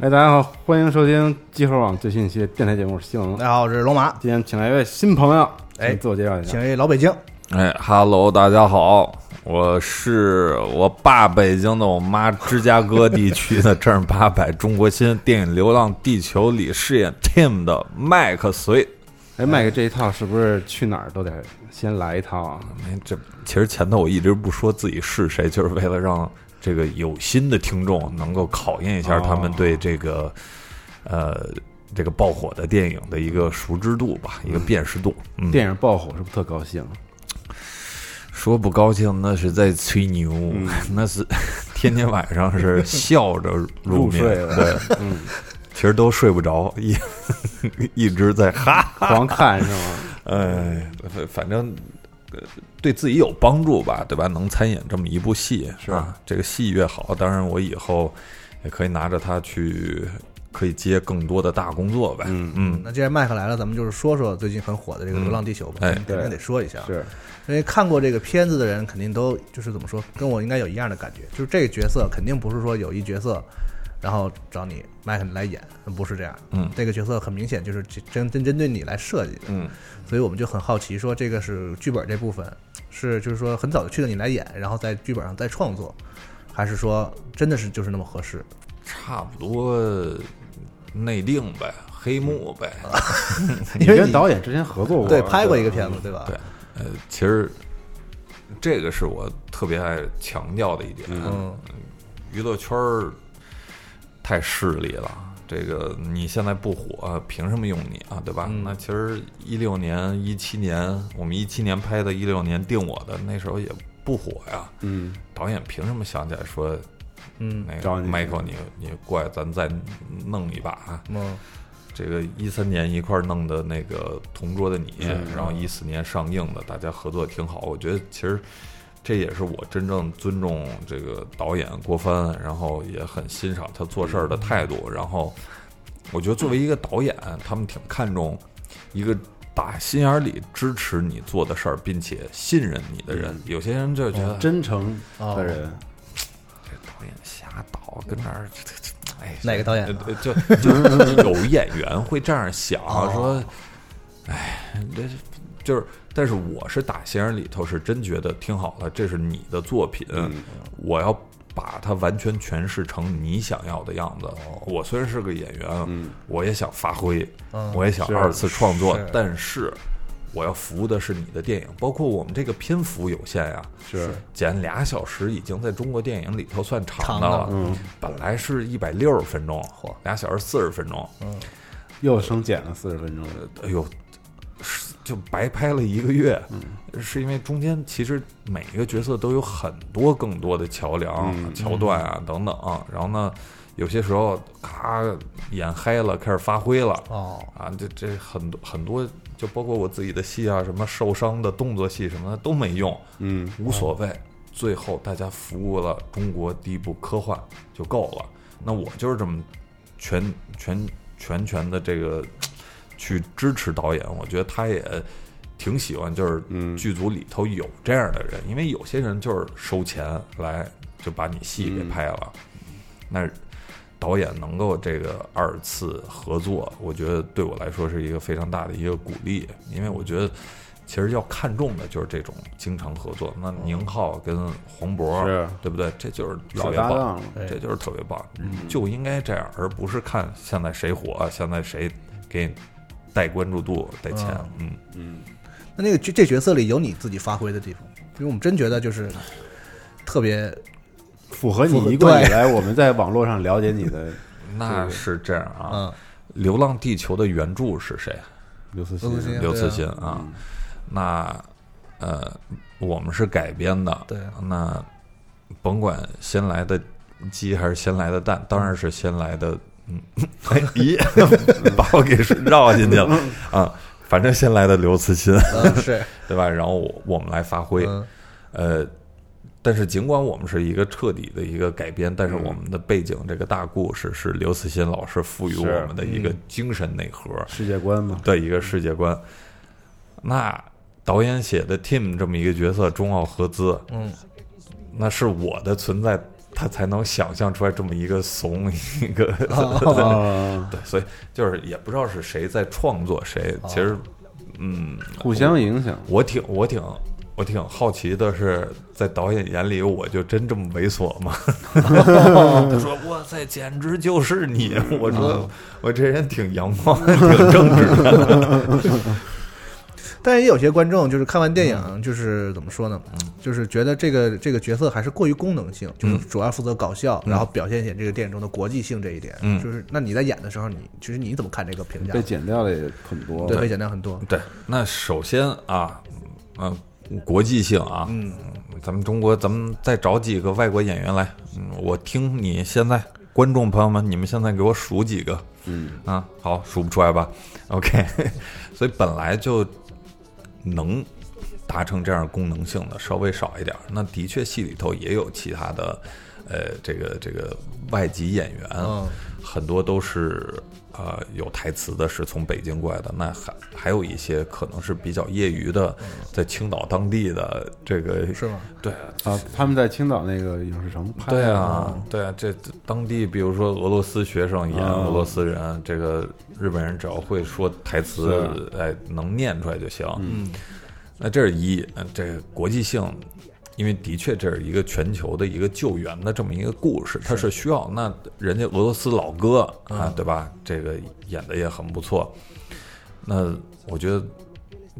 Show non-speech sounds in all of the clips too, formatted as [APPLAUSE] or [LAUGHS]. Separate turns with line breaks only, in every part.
哎，大家好，欢迎收听集合网最新一期电台节目《新闻
大》。家好，我是龙马，
今天请来一位新朋友，
哎
请自我介绍一下
请。一老北京。
哎哈喽，大家好，我是我爸北京的，我妈芝加哥地区的正儿八百中国心。电影《流浪地球》里饰演 Tim 的麦克隋。
哎，麦克这一套是不是去哪儿都得先来一套啊？
嗯
哎，这其实前头我一直不说自己是谁，就是为了让这个有心的听众能够考验一下他们对这个、呃这个爆火的电影的一个熟知度吧，一个辨识度。嗯，
电影爆火是不是特高兴？
说不高兴那是在吹牛，
嗯
那是 [LAUGHS] 天天晚上是笑着入
入
眠，
睡了，
[LAUGHS]
对，
嗯，
其实都睡不着，一 [LAUGHS] 一直在哈，
狂看是
[LAUGHS]
吗？
哎，反反正。呃对自己有帮助吧，对吧？能参演这么一部戏，是吧？这个戏越好，当然我以后也可以拿着它去，可以接更多的大工作呗。
嗯
嗯，
那既然麦克来了，咱们就是说说最近很火的这个《流浪地球》吧，
哎
肯定得说一下，
是，
因为看过这个片子的人肯定都就是怎么说，跟我应该有一样的感觉，就是这个角色肯定不是说有一角色，然后找你麦克来演，不是这样，
嗯
这个角色很明显就是针针针对你来设计的，
嗯，
所以我们就很好奇，说这个是剧本这部分是就是说很早就确定你来演，然后在剧本上再创作，还是说真的是就是那么合适？
差不多内定呗，黑幕呗。
你
因为
跟
你
导演之前合作过，
对，拍过一个
吧
片子，对吧？
对，呃，其实这个是我特别爱强调的一点。
嗯，
娱乐圈儿太势利了，这个你现在不火，呃凭什么用你啊？对吧？
嗯
那其实一六年、一七年，我们一七年拍的，一六年定我的，那时候也不火呀。
嗯，
导演凭什么想起来说，
嗯
那个
找你
Michael，你你过来，咱再弄一把啊？
嗯，
这个一三年一块儿弄的那个《同桌的你》，然后一四年上映的，大家合作挺好。我觉得其实这也是我真正尊重这个导演郭帆，然后也很欣赏他做事儿的态度。
嗯
然后我觉得作为一个导演，他们挺看重一个打心眼儿里支持你做的事儿，并且信任你的人
嗯。
有些人就觉
哦
得
真诚的人，
这导演瞎导，跟那儿这这这 [LAUGHS] 哎，
哪个导演啊
呃就就是有演员会这样想
哦
说，哎，这是就是，但是我是打心眼里头是真觉得挺好的，这是你的作品，
嗯
我要把它完全诠释成你想要的样子。
哦
我虽然是个演员，
嗯
我也想发挥，
嗯
我也想二次创作，
是
但是我要服务的是你的电影，包括我们这个篇幅有限呀、
是
剪俩小时已经在中国电影里头算长的
长的
了。
嗯
本来是一百六十分钟，俩小时四十分钟，
又生剪了四十分钟，
哎呦，是就白拍了一个月。是因为中间其实每一个角色都有很多更多的桥梁、
嗯
桥段啊等等啊然后呢，有些时候咔演嗨了，开始发挥了。
哦，
啊，这这很多很多，就包括我自己的戏啊，什么受伤的动作戏什么的都没用，
嗯，
无所谓。最后大家服务了中国第一部科幻就够了。那我就是这么全全全全的这个去支持导演，我觉得他也挺喜欢，就是剧组里头有这样的人，因为有些人就是收钱来就把你戏给拍了，那。导演能够这个二次合作，我觉得对我来说是一个非常大的一个鼓励，因为我觉得其实要看重的就是这种经常合作。那宁浩跟黄渤，
是
对不对？这就是特
老
别
搭档
棒
了，嗯
哎
这就是特别棒，就应该这样，而不是看现在谁火，现在谁给你带关注度、带钱。嗯，
那那个这这角色里有你自己发挥的地方，因为我们真觉得就是特别
符合
符合
你一贯以
对
来我们在网络上了解你的
那是这样啊。
嗯，
流浪地球》的原著是谁？啊
刘慈
刘慈
欣
欣，
刘慈
对啊
欣
嗯
啊。那呃，我们是改编的，
对啊
那甭管先来的鸡还是先来的蛋，当然是先来的。嗯， [LAUGHS] 哎咦， [LAUGHS] 把我给绕进
[LAUGHS]
去了啊！反正先来的刘慈欣，
嗯是，
对吧？然后我我们来发挥，
嗯
呃，但是尽管我们是一个彻底的一个改编，但是我们的背景这个大故事是刘慈欣老师赋予我
是
们的一个精神内核
世界观嘛，
的一个世界观。那导演写的 Tim 这么一个角色，中澳合资，
嗯，
那是我的存在他才能想象出来这么一个怂 [LAUGHS] 一个，
哦
啊，
[LAUGHS] 对，所以就是也不知道是谁在创作谁，其实，嗯，
互相影响。
我挺我挺我挺好奇的是，在导演眼里，我就真这么猥琐吗？ [LAUGHS] 他说：“哇塞，简直就是你！”我说：“我这人挺阳光， [LAUGHS] 挺正直的。
但也有些观众就是看完电影，就是怎么说呢？就是觉得这个这个角色还是过于功能性，就是主要负责搞笑，然后表现一点这个电影中的国际性这一点。
嗯
就是那你在演的时候，你其实你怎么看这个评价
被？剪掉了也很多，
对，被剪掉很多。
对，那首先啊，嗯、国际性啊，嗯，咱们中国，咱们再找几个外国演员来，嗯，我听你现在，观众朋友们，你们现在给我数几个，嗯啊，好，数不出来吧？OK，所以 [LAUGHS] 本来就能达成这样功能性的稍微少一点儿，那的确戏里头也有其他的，呃，这个这个外籍演员，
嗯
很多都是呃有台词的，是从北京过来的。那还还有一些可能是比较业余的，在青岛当地的这个
是吗？
对
啊，他们在青岛那个影视城拍
对
的
啊，对啊，这这当地比如说俄罗斯学生演俄罗斯人，这个日本人只要会说台词，哎，能念出来就行。嗯，那这是一，呃这个国际性，因为的确这是一个全球的一个救援的这么一个故事，它是需要那人家俄罗斯老哥啊，对吧？这个演的也很不错。那我觉得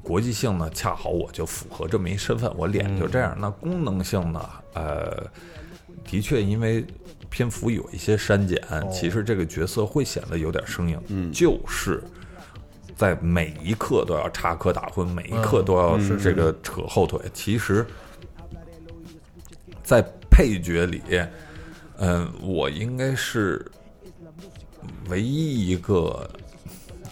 国际性呢，恰好我就符合这么一身份，我脸就这样。那功能性呢，呃，的确因为篇幅有一些删减，其实这个角色会显得有点生硬，就是。在每一刻都要插科打诨，每一刻都要这个扯后腿。其实，在配角里，嗯，我应该是唯一一个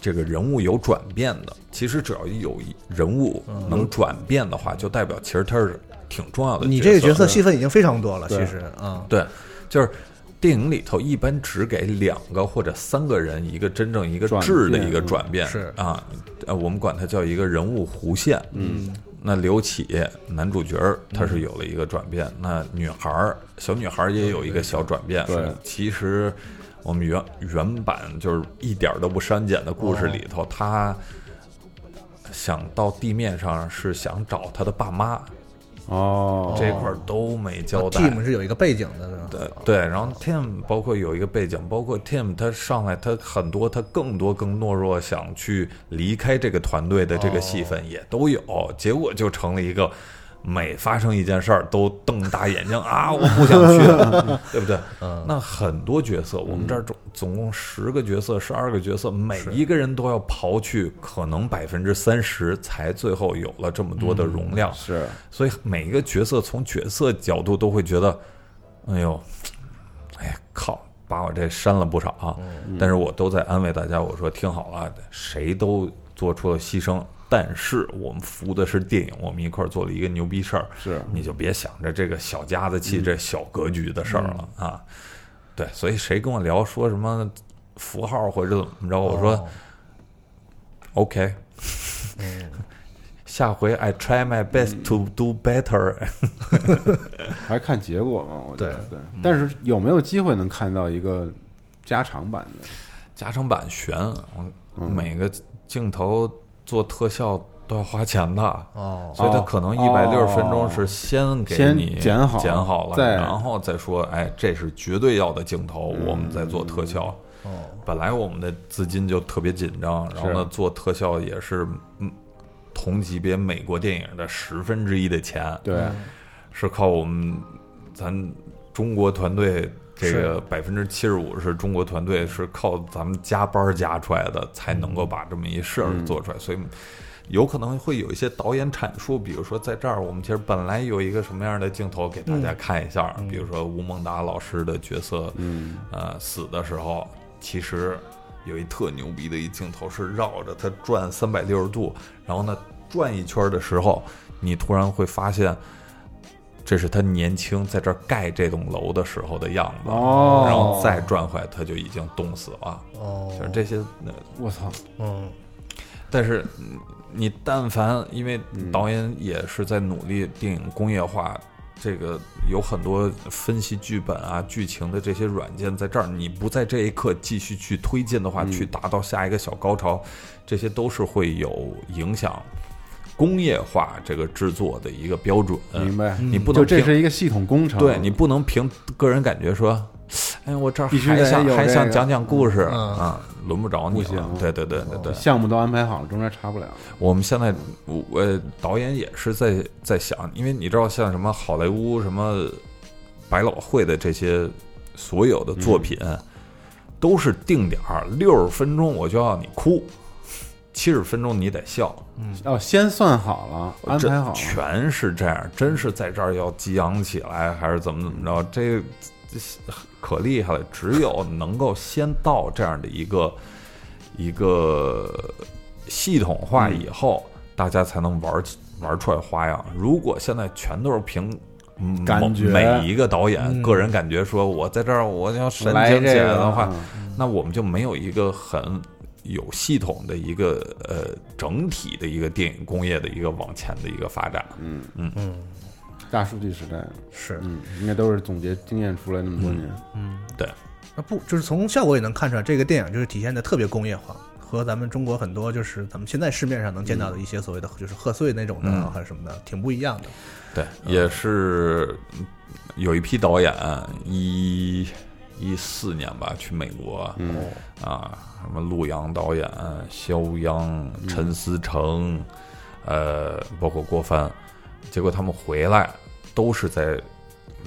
这个人物有转变的。其实只要有一人物能转变的话，就代表其实他是挺重要的。
你这个角
角
色戏份已经非常多了，其
对
实啊，
对，就是电影里头一般只给两个或者三个人一个真正一个
转
质的
变嗯
一个转变，
是
啊，呃，我们管它叫一个人物弧线。嗯，那刘启男主角儿他
嗯
是有了一个转变，那女孩儿小女孩儿也有一个小转变。
对
是其实我们原原版就是一点儿都不删减的故事里
哦
头，她想到地面上是想找她的爸妈。
哦，
这块儿都没交代，
team 是有一个背景的，是吧
对对，然后 Tim 包括有一个背景，包括 Tim 他上来他很多他更多更懦弱，想去离开这个团队的这个戏份也都有，结果就成了一个每发生一件事儿都瞪大眼睛啊，我不想去了，对不对？那很多角色，我们这儿总总共十个角色，十二个角色，每一个人都要刨去可能百分之三十，才最后有了这么多的容量。
是
所以每一个角色从角色角度都会觉得，哎呦，哎呀靠，把我这删了不少啊！但是我都在安慰大家，我说听好了，谁都做出了牺牲，但是我们服务的是电影，我们一块儿做了一个牛逼事儿，
是
你就别想着这个小家子气、这小格局的事儿了啊。对，所以谁跟我聊说什么符号或者怎么着，我说、OK，下回 I try my best to do better
还是看结果嘛，我觉得
对
对。
嗯
但是有没有机会能看到一个加长版的？
加长版悬，我每个镜头做特效都要花钱的，
哦，
所以它可能一百六十分钟是先给你
先剪好
剪好了，
再嗯
然后再说，哎，这是绝对要的镜头，我们再做特效。
哦
本来我们的资金就特别紧张，然后呢
是
做特效也是嗯同级别美国电影的十分之一的钱，
对，
是靠我们咱中国团队这个百分之七十五是中国团队是靠咱们加班儿加出来的，才能够把这么一事儿做出来，所以。有可能会有一些导演阐述，比如说在这儿，我们其实本来有一个什么样的镜头给大家看一下，比如说吴孟达老师的角色，嗯，呃，死的时候，其实有一特牛逼的一镜头是绕着他转三百六十度，然后呢转一圈的时候，你突然会发现，这是他年轻在这儿盖这栋楼的时候的样子，
哦
然后再转回来，他就已经冻死了。
哦
就是这些，呃
我操，
嗯，
但是嗯你但凡因为导演也是在努力电影工业化，这个有很多分析剧本啊、剧情的这些软件在这儿，你不在这一刻继续去推进的话，
嗯
去达到下一个小高潮，这些都是会有影响工业化这个制作的一个标准。
明白？
你嗯不能
嗯就这
凭
是一个系统工程，
对你不能凭个人感觉说，哎，我这儿
必须
还
得
想
有
还
这
想
个
讲讲故事
嗯
啊，轮不着你
不
了
行。
对对对对对，
项目都安排好了，中间插不了。
我们现在我我导演也是在在想，因为你知道像什么好莱坞什么百老汇的这些所有的作品，都是定点儿六十分钟我就要你哭，七十分钟你得笑，
哦，先算好了，安
这
排好了，
全是这样，真是在这儿要激昂起来，还是怎么怎么着？这这可厉害了，只有能够先到这样的一个一个系统化以后，大家才能玩起玩出来花样。如果现在全都是凭。嗯
感
某
觉
每一个导演、
嗯
个人感觉说，我在这儿我要神
来
经起
这个
来的话，
嗯
那我们就没有一个很有系统的一个呃整体的一个电影工业的一个往前的一个发展。
大数据时代，
是，
嗯，应该都是总结经验出来那么多年，
对，
那不就是从效果也能看出来，这个电影就是体现的特别工业化，和咱们中国很多就是咱们现在市面上能见到的一些所谓的就是贺岁那种的啊，
嗯
还是什么的，挺不一样的。
对，也是嗯有一批导演一一四年吧去美国，嗯啊，什么陆阳导演、肖央、陈思诚，呃，包括郭帆，结果他们回来都是在。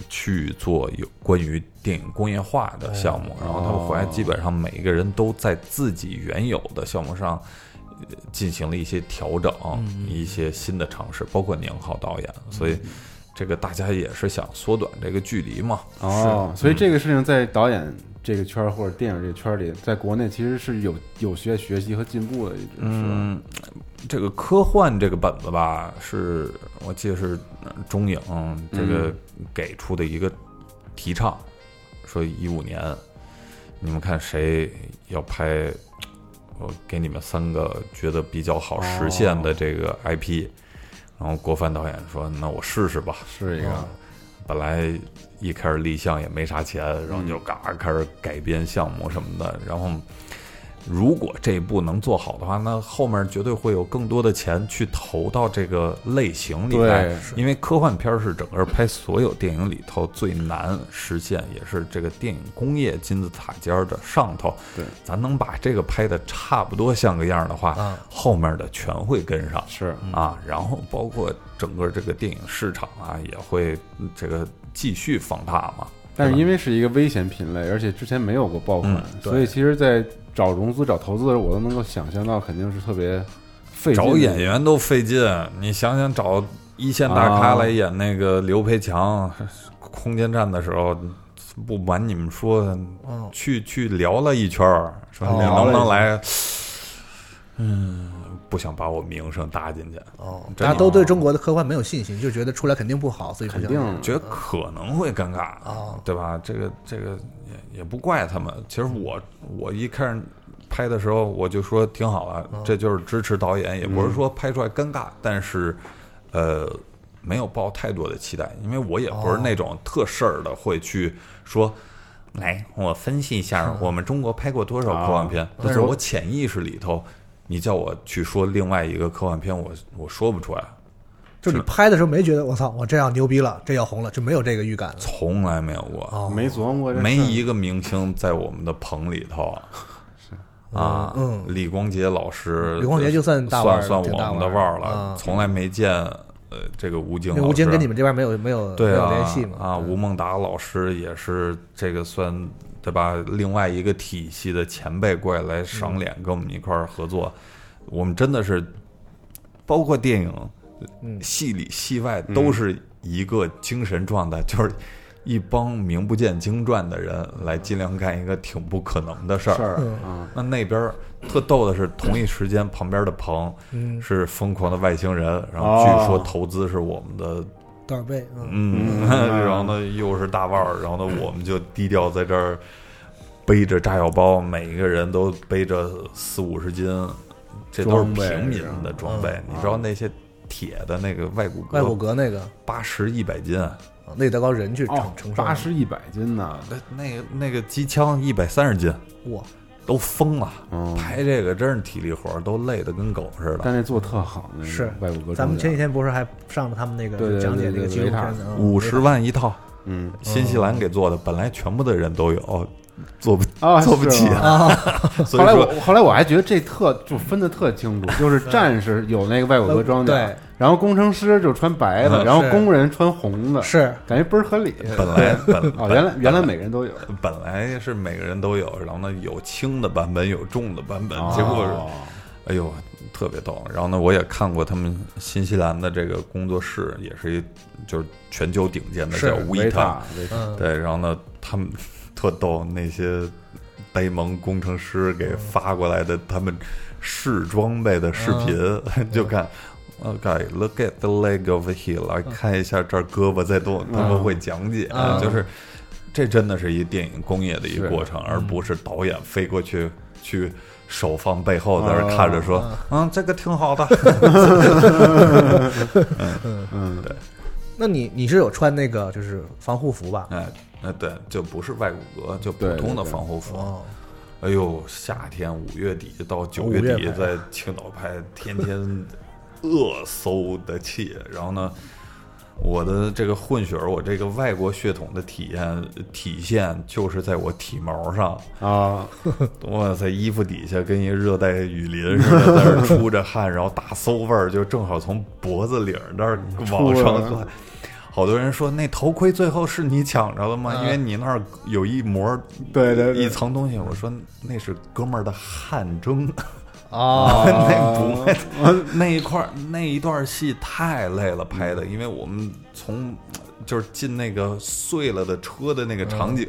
去做有关于电影工业化的项目，然后他们回来基本上每一个人都在自己原有的项目上呃进行了一些调整，一些新的尝试，包括宁浩导演，所以这个大家也是想缩短这个距离嘛。
哦，所以
嗯
这个事情在导演这个圈儿或者电影这个圈儿里，在国内其实是有有学学习和进步的，一直是吧。
嗯，这个科幻这个本子吧，是我记得是呃中影这个
嗯
给出的一个提倡，说一五年你们看谁要拍，我给你们三个觉得比较好实现
哦
的这个 IP，、然后郭帆导演说那我试试吧，
是一
哦
个，
本来一开始立项也没啥钱，然后就嘎
嗯
开始改编项目什么的。然后，如果这一步能做好的话，那后面绝对会有更多的钱去投到这个类型里来
对。
因为科幻片儿是整个拍所有电影里头最难实现，也是这个电影工业金字塔尖儿的上头。
对，
咱能把这个拍的差不多像个样儿的话，
啊
嗯
后面的全会跟上。
是
啊，然后包括整个这个电影市场啊，也会嗯这个继续放大嘛。
但是因为是一个危险品类，而且之前没有过爆款，
嗯
所以其实，在找融资、找投资的时候，我都能够想象到，肯定是特别费劲的
找演员都费劲，你想想找一线大咖
啊
来演那个刘培强，空间站的时候，不瞒你们说，
嗯，
去去聊了一圈儿，说你
哦
能不能来？嗯，不想把我名声搭进去，
哦，大
真
家
的
都对中国的科幻没有信心，就觉得出来肯定不好，所以不
肯
想
定
觉得可能会尴尬
哦
对吧？这个这个也也不怪他们。其实我我一开始拍的时候，我就说挺好了，这就是支持导演，也不是说拍出来尴尬，但是呃没有抱太多的期待，因为我也不是那种特事儿的会去说。来，我分析一 [LAUGHS] 下，我们中国拍过多少科幻片？哦但是我潜意识里头，你叫我去说另外一个科幻片，我我说不出来，
就你拍的时候没觉得我操，我这要牛逼了，这要红了，就没有这个预感了。
从来没有过。
哦，
没琢磨过这事儿
没一个明星在我们的棚里头。
[LAUGHS]
啊，
嗯
李光洁老师，
李光洁就算大腕
算
儿
算
挺
我
大
们的
腕儿
儿了，
啊
从来没见呃这个吴京
因为
老师。啊
吴京跟你们这边没有没有没
对
有
啊
联系嘛？
啊，吴孟达老师也是这个算对吧？另外一个体系的前辈过来
嗯
赏脸，跟我们一块儿合作，我们真的是包括电影，
嗯
戏里戏外
嗯
都是一个精神状态，就是一帮名不见经传的人
嗯
来尽量干一个挺不可能的事
事
儿。
儿啊，
那那边儿特逗的是，同一时间旁边的棚
嗯
是《疯狂的外星人》，然后据说
哦
投资是我们的
多少倍？嗯，
嗯，
[LAUGHS]
然后呢又是大腕儿，然后呢我们就低调在这儿背着炸药包，每一个人都背着四五十斤，这都是
装备嗯
平民
是吧
的装备。你知道那些铁的那个外骨
外骨
骼
骼那个
八十一百斤，
啊那得靠人去承
哦
承，受。
八十一百斤呢，
那那个那个机枪一百三十斤，
哇，
都疯了
哦，
排这个真是体力活儿，都累得跟狗似的。
但那做特好，那个
是
嗯外骨骼装甲。
咱们前几天不是还上了他们那
对
个
对
讲解那
对
个
对
纪录
维塔
片呢？
五十万一套，
嗯
新西兰给做的，本来全部的人都有，哦做不
啊，
做不起
是吗
啊，
所
后
以
来
说
我后来我还觉得这特就分的特清楚，
[LAUGHS]
就是战士有那个外骨骼装甲，
对，
然后工程师就穿白的，
嗯
然后
是
工人穿红的，
是
感觉倍儿合理。
本来本
[LAUGHS] 哦，原来原来每个人
[LAUGHS]
都有，
本来是每个人都有，然后呢有轻的版本，有重的版本，结果
哦
哎呦特别逗。然后呢，我也看过他们新西兰的这个工作室，也是一就是全球顶尖的
是
叫
维
Vita，
塔维塔
嗯，
对，然后呢他们特逗那些。呆萌工程师给发过来的他们试装备的视频， [LAUGHS] 就看，OK，look、at the leg over here，来啊看一下这儿胳膊在动，他们会讲解，
嗯
就是这真的是一电影工业的一
是
个过程，而不是导演飞过去去手放背后在那儿看着说，嗯，这个挺好的， [LAUGHS]
那你你是有穿那个就是防护服吧？
哎，那对，就不是外骨骼，就普
对对
通的
对
防护服。
哦，
哎呦，夏天五月底到九
五
月
月
底，
拍
在青岛拍，天天恶搜的气。然后呢，我的这个混血儿，我这个外国血统的体验体现，就是在我体毛上。哦
啊，
哇塞，衣服底下跟一热带雨林似的，在那儿出着汗，然后大馊味儿就正好从脖子领儿那儿往上
出来
窜。好多人说那头盔最后是你抢着的吗？因为你那儿有一膜，
啊对对对
一层东西。我说那是哥们儿的汗蒸，
哦，
那不卖的那一块儿那一段戏太累了拍的，因为我们从就是进那个碎了的车的那个场景。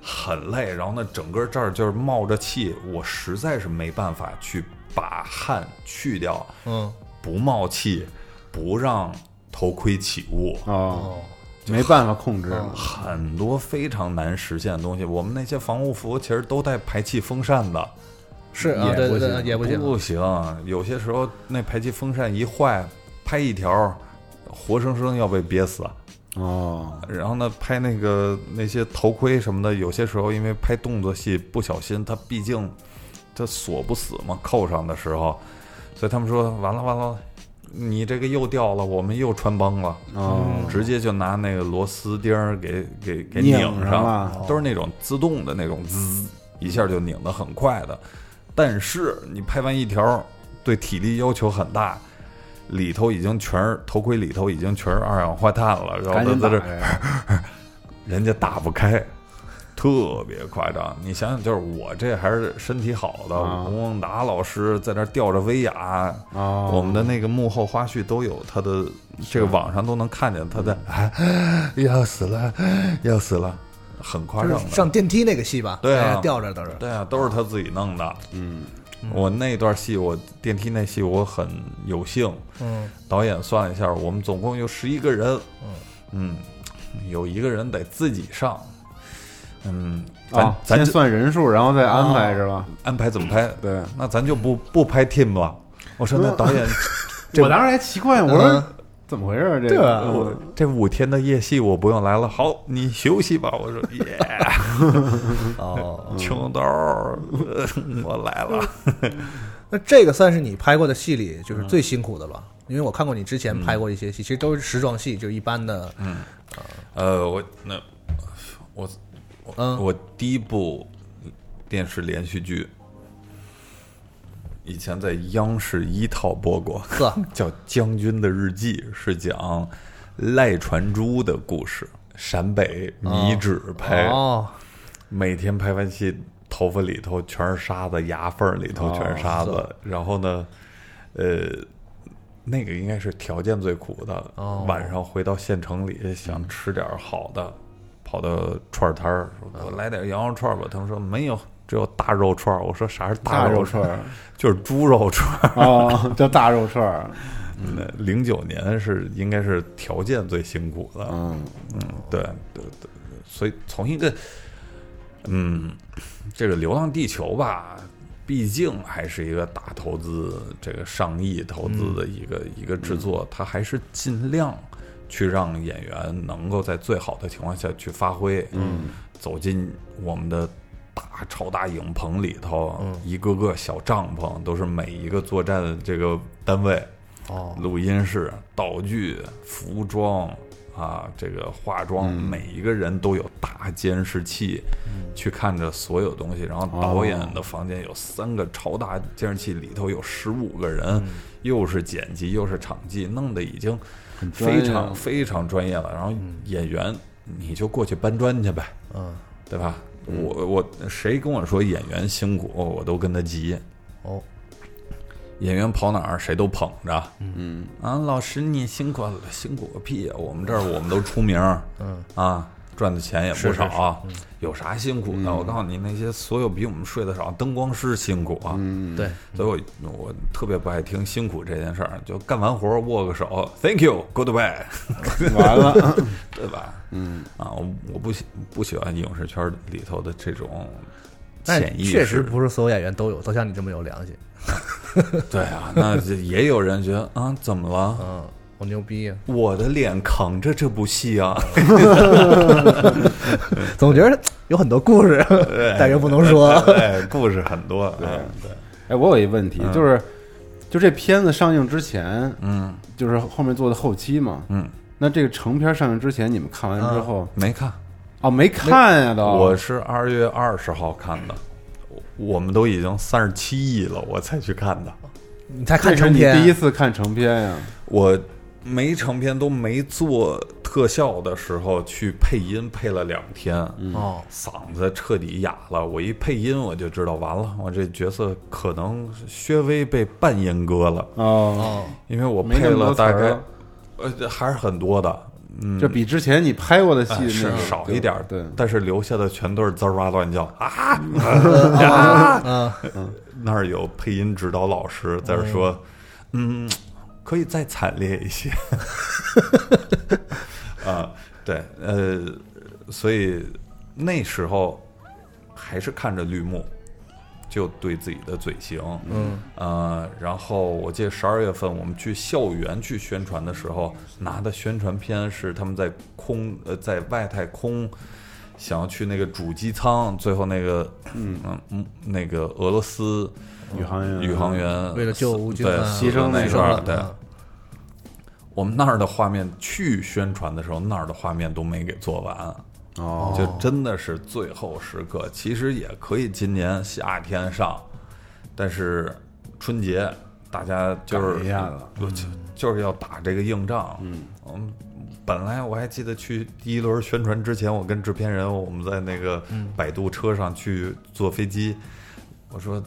很累，然后呢，整个这儿就是冒着气，我实在是没办法去把汗去掉，
嗯，
不冒气，不让头盔起雾，
哦，没办法控制，
很多非常难实现的东西。我们那些防护服其实都带排气风扇的，
是啊，
也
对
不
对对，
行
也不行，
不行，有些时候那排气风扇一坏，拍一条，活生生要被憋死。
哦，
然后呢，拍那个那些头盔什么的，有些时候因为拍动作戏不小心，它毕竟它锁不死嘛，扣上的时候，所以他们说完了完了，你这个又掉了，我们又穿帮了，
哦
嗯直接就拿那个螺丝钉儿给给给
拧上
上，
了
都是那种自动的那种滋，一下就拧得很快的。但是你拍完一条，对体力要求很大，里头已经全是头盔里头已经全是二氧化碳了，然
赶
后
紧
在
打
这
开，
人家打不开，特别夸张。你想想，就是我这还是身体好的，
啊
吴孟达老师在那儿吊着威亚，
哦，
我们的那个幕后花絮都有他的，这个网上都能看见他在，啊、要死了，要死了，很夸张
就是
的。
上电梯那个戏吧？
对啊
哎吊着都是。
对啊，都是他自己弄的。
嗯，
我那段戏，我电梯那戏，我很有幸，
嗯，
导演算了一下，我们总共有十一个人，嗯有一个人得自己上，嗯，咱、
啊，
咱
先
就
算人数，然后再安排是吧？
安排怎么拍？
对，
那咱就不不拍 team 了。我说那导演，这
我当时还奇怪，我说
嗯
怎么回事儿？这
对啊
个
我这五天的夜戏我不用来了，好，你休息吧。
[LAUGHS]
我说耶， [LAUGHS]
哦，
穷豆儿，呃我来了。
那这个算是你拍过的戏里就是最辛苦的了，因为我看过你之前拍过一些戏，其实都是时装戏，就一般的，
呃，我那我
嗯，
我第一部电视连续剧，以前在央视一套播过， [LAUGHS]
呵，
叫《将军的日记》，是讲赖传珠的故事。陕北米脂拍，
嗯哦，
每天拍完戏，头发里头全是沙子，牙缝里头全是沙子。然后呢，呃，那个应该是条件最苦的。
哦
晚上回到县城里，想吃点好的，跑到串儿摊儿，说我来点羊肉串儿吧。他们说没有，只有大肉串儿。我说啥是
大
肉
肉串
儿？
儿
就是猪肉串
[LAUGHS]
儿。
啊，叫大肉串儿，
嗯零九年是应该是条件最辛苦的。
嗯，
对对对，所以从一个，嗯，这个《流浪地球》吧，毕竟还是一个大投资，这个上亿投资的一个、一个制作，它还是尽量去让演员能够在最好的情况下去发挥，嗯，走进我们的大超大影棚里头，一个个小帐篷都是每一个作战的这个单位，
哦，
录音室、道具、服装啊，这个化妆，每一个人都有大监视器、去看着所有东西。然后导演的房间有三个超大监视器，里头有十五个人，又是剪辑又是场记，弄得已经
专业
非
了
常非常专业了。然后演员你就过去搬砖去呗，
嗯，
对吧？我我谁跟我说演员辛苦，我都跟他急。
哦，
演员跑哪儿谁都捧着，嗯啊，老师你辛苦了，辛苦个屁呀！我们这儿我们都出名，嗯啊，赚的钱也不少啊，有啥辛苦的？我告诉你，那些所有比我们睡得少，灯光师辛苦啊，
对，
所以我我特别不爱听辛苦这件事儿，就干完活儿握个手，Thank you，Goodbye，
完了，
[LAUGHS] 对吧？嗯啊，我我不喜不喜欢影视圈里头的这种
但
潜意识，
确实
[LAUGHS]
不是所有演员都有，都像你这么有良心。
对啊，那这也有人觉得啊，怎么了？
嗯，我牛逼啊！
我的脸扛着这部戏啊，
总觉得有很多故事，但又不能说。
对，哎故事很多， [LAUGHS] 嗯对对，
[LAUGHS] 哎，我有一问题，就是就这片子上映之前，
嗯
就是后面做的后期嘛，
嗯，
那这个成片上映之前，你们看完之后，
没看，
哦，没看呀都，
我是二月二十号看的，我我们都已经三十七亿了，我才去看的，
你才
这
看
是
成
你
片，
第一次看成片呀，
我没成片都没做特效的时候去配音配了两天，
哦，
嗓子彻底哑了，我一配音我就知道完了，我这角色可能略微被半阉割了，
哦，
因为我
没
配
那么多
了
词儿
大概
了，
呃，还是很多的。嗯，
就比之前你拍过的戏
哎
那
是
个
少一点儿，
呃对，
但是留下的全都是滋儿哇乱叫啊啊！那儿有配音指导老师在这说，嗯，可以再惨烈一些啊，对，呃，所以那时候还是看着绿幕，就对自己的嘴型，嗯，呃，然后我记得十二月份我们去校园去宣传的时候，拿的宣传片是他们在空呃在外太空想要去那个主机舱，最后那个嗯嗯那个俄罗斯
宇航员，啊
宇航员
为了救吴军
对
啊
死
牺牲那
的那
一
一
段
段
儿，
对。我们那儿的画面去宣传的时候，那儿的画面都没给做完，
哦，
就真的是最后时刻。其实也可以今年夏天上，但是春节大家就是
赶一下嗯了
就就是要打这个硬仗。嗯，本来我还记得去第一轮宣传之前，我跟制片人我们在那个
嗯
摆渡车上去坐飞机，我说。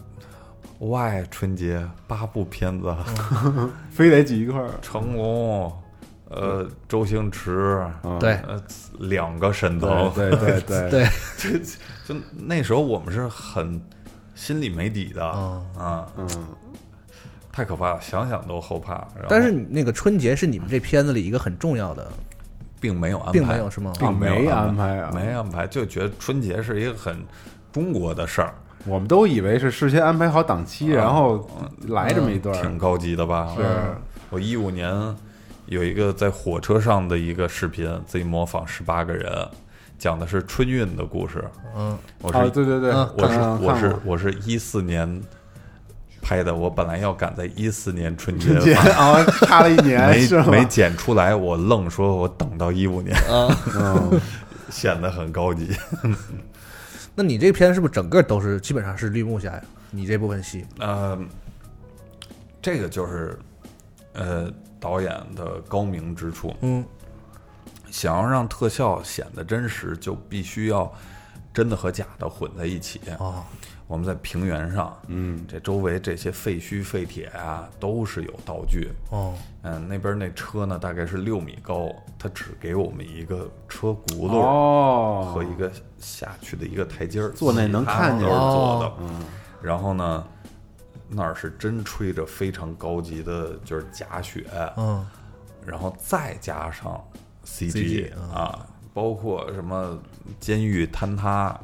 Why 春节八部片子，啊
嗯非得挤一块儿，
[LAUGHS] 成龙，呃，周星驰，
嗯
对
呃，两个沈
对
腾，
对对对
[LAUGHS] 对，
就就那时候我们是很心里没底的啊，
嗯，
太可怕了，想想都后怕。然后
但是那个春节是你们这片子里一个很重要的，
并没有安排，
并没有是吗
并没
没
有
安
排
排啊
没安排，就觉得春节是一个很中国的事儿，
我们都以为是事先安排好档期，然后来这么一段儿，
挺高级的吧？嗯
是
我一五年有一个在火车上的一个视频，自己模仿十八个人，讲的是春运的故事。
嗯，
我是
啊，对对对，
我是
嗯
我
看
是
过
我是一四年拍的，我本来要赶在一四年春节
姐
发
啊，差了一年
没
是吗？
没剪出来，我愣说我等到一五年，啊
嗯，
[LAUGHS] 显得很高级。
那你这个片子是不是整个都是基本上是绿幕侠呀？你这部分戏，
[LAUGHS] 呃，这个就是呃导演的高明之处，
嗯，
想要让特效显得真实，就必须要真的和假的混在一起。
哦，
我们在平原上，嗯，这周围这些废墟、废铁啊，都是有道具。
哦，
嗯，那边那车呢，大概是六米高，它只给我们一个车轱辘儿
哦，
和一个下去的一个台阶儿，
坐那能
其他
看
都
见
是坐
哦
的。然后呢，那儿是真吹着非常高级的，就是假雪，
嗯，
然后再加上
CG
CG 啊，包括什么监狱坍塌，